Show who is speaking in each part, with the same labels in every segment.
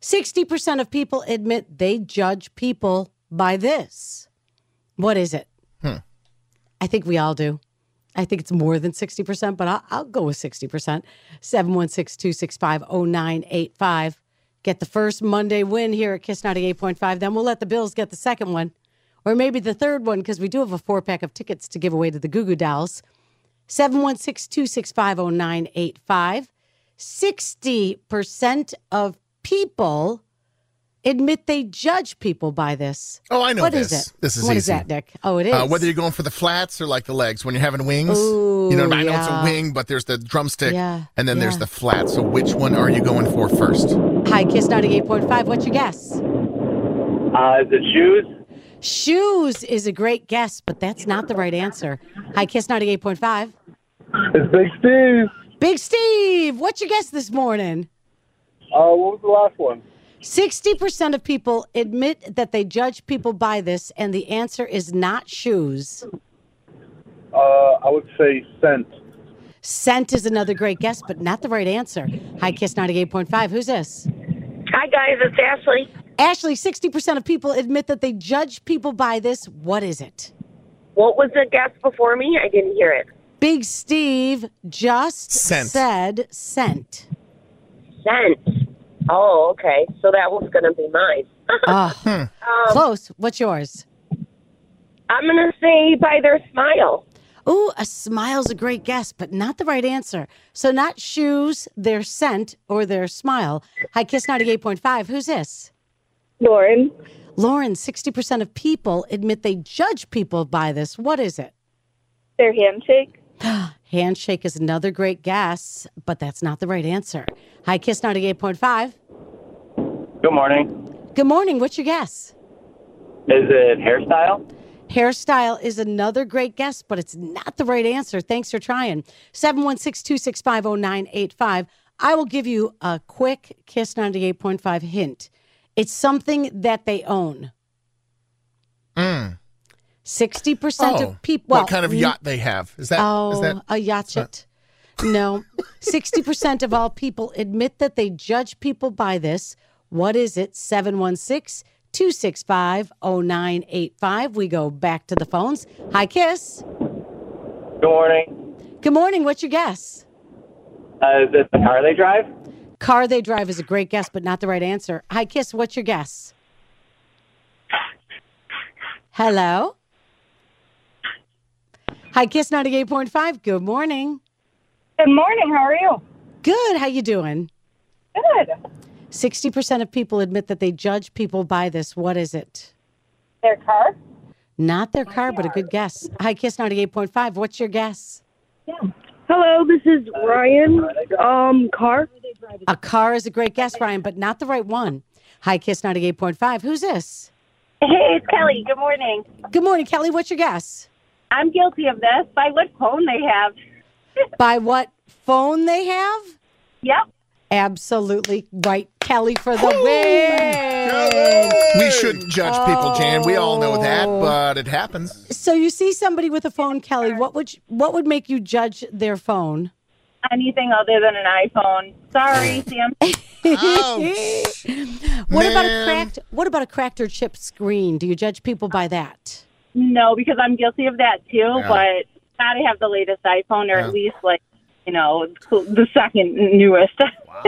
Speaker 1: 60% of people admit they judge people by this. What is it?
Speaker 2: Hmm.
Speaker 1: I think we all do. I think it's more than 60%, but I'll, I'll go with 60%. 716 265 0985. Get the first Monday win here at Kiss 98.5. Then we'll let the Bills get the second one, or maybe the third one, because we do have a four pack of tickets to give away to the Goo Goo Dolls. 716 265 0985. 60% of people admit they judge people by this.
Speaker 2: Oh, I know
Speaker 1: What
Speaker 2: this.
Speaker 1: is it?
Speaker 2: This is
Speaker 1: What
Speaker 2: easy.
Speaker 1: that, Nick? Oh, it is.
Speaker 2: Uh, whether you're going for the flats or like the legs when you're having wings. you know,
Speaker 1: Ooh,
Speaker 2: I know it's a
Speaker 1: yeah.
Speaker 2: wing, but there's the drumstick
Speaker 1: Yeah,
Speaker 2: and then there's
Speaker 1: yeah.
Speaker 2: the flat. So which one are you going for first?
Speaker 1: Hi, Kiss 98.5. What's your guess?
Speaker 3: Uh, is it shoes?
Speaker 1: Shoes is a great guess, but that's not the right answer. Hi, Kiss 98.5.
Speaker 3: It's Big Steve.
Speaker 1: Big Steve, what's your guess this morning?
Speaker 3: Uh, what was the last one?
Speaker 1: 60% of people admit that they judge people by this, and the answer is not shoes.
Speaker 3: Uh, I would say scent.
Speaker 1: Scent is another great guess, but not the right answer. Hi, Kiss 98.5. Who's this?
Speaker 4: Hi guys, it's Ashley.
Speaker 1: Ashley, 60% of people admit that they judge people by this. What is it?
Speaker 4: What was the guess before me? I didn't hear it.
Speaker 1: Big Steve just
Speaker 2: Scent.
Speaker 1: said scent.
Speaker 4: Sense. Oh, okay. So that was going to be mine.
Speaker 1: Ah, Close. What's yours?
Speaker 4: I'm going to say by their smile.
Speaker 1: Ooh, a smile's a great guess, but not the right answer. So not shoes, their scent, or their smile. Hi, Kiss 98.5. Who's this?
Speaker 4: Lauren.
Speaker 1: Lauren, 60% of people admit they judge people by this. What is it?
Speaker 5: Their handshake.
Speaker 1: Handshake is another great guess, but that's not the right answer. Hi, Kiss 98.5.
Speaker 3: Good morning.
Speaker 1: Good morning. What's your guess?
Speaker 3: Is it hairstyle?
Speaker 1: Hairstyle is another great guess, but it's not the right answer. Thanks for trying. 716 265 0985. I will give you a quick Kiss 98.5 hint. It's something that they own.
Speaker 2: Mm.
Speaker 1: 60%
Speaker 2: oh,
Speaker 1: of people. Well,
Speaker 2: what kind of yacht they have? Is that? Is
Speaker 1: Oh,
Speaker 2: that uh,
Speaker 1: a yacht. No. 60% of all people admit that they judge people by this. What is it? 716 265 0985. We go back to the phones. Hi, Kiss.
Speaker 3: Good morning.
Speaker 1: Good morning. What's your guess?
Speaker 3: Uh, is it the car they drive?
Speaker 1: Car they drive is a great guess, but not the right answer. Hi, Kiss. What's your guess? Hello? Hi, Kiss 98.5. Good morning.
Speaker 5: Good morning. How are you?
Speaker 1: Good. How you doing?
Speaker 5: Good.
Speaker 1: 60% of people admit that they judge people by this. What is it?
Speaker 5: Their car.
Speaker 1: Not their car, but a good guess. Hi, Kiss 98.5. What's your guess?
Speaker 6: Hello, this is Ryan. Um, Carr.
Speaker 1: A car is a great guess, Ryan, but not the right one. Hi, Kiss 98.5. Who's this?
Speaker 6: Hey, it's Kelly. Good morning.
Speaker 1: Good morning, Kelly. What's your guess?
Speaker 6: I'm guilty of this. By what phone they have?
Speaker 1: By what phone they have?
Speaker 6: Yep.
Speaker 1: Absolutely right, Kelly, for the win.
Speaker 2: we shouldn't judge people, Jan. We all know that,
Speaker 1: Oh.
Speaker 2: but it happens.
Speaker 1: So you see somebody with a phone, Kelly. What would you, what would make you judge their phone?
Speaker 6: Anything other than an iPhone. Sorry, Sam.
Speaker 2: Ouch.
Speaker 1: What about a
Speaker 2: Man.
Speaker 1: cracked? What about a cracked or chipped screen? Do you judge people by that?
Speaker 6: No, because I'm guilty of that too.
Speaker 2: Yeah.
Speaker 6: But gotta have the latest iPhone, or
Speaker 2: Yeah.
Speaker 6: at least like you know the second newest.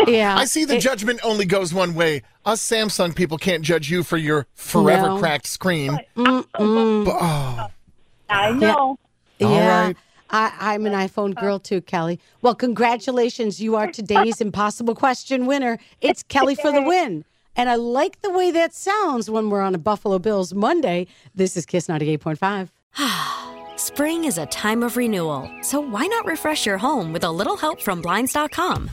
Speaker 1: Yeah.
Speaker 2: I see the judgment only goes one way. Us Samsung people can't judge you for your forever
Speaker 1: No.
Speaker 2: cracked screen.
Speaker 1: Mm-mm.
Speaker 2: But, oh,
Speaker 5: I know.
Speaker 2: All
Speaker 1: yeah.
Speaker 2: right.
Speaker 1: I, I'm an iPhone girl too, Kelly. Well, congratulations. You are today's impossible question winner. It's Kelly for the win. And I like the way that sounds when we're on a Buffalo Bills Monday. This is Kiss 98.5.
Speaker 7: Spring is a time of renewal, so why not refresh your home with a little help from Blinds.com?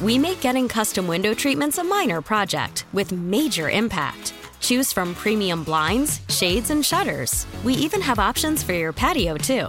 Speaker 7: We make getting custom window treatments a minor project with major impact. Choose from premium blinds, shades, and shutters. We even have options for your patio, too.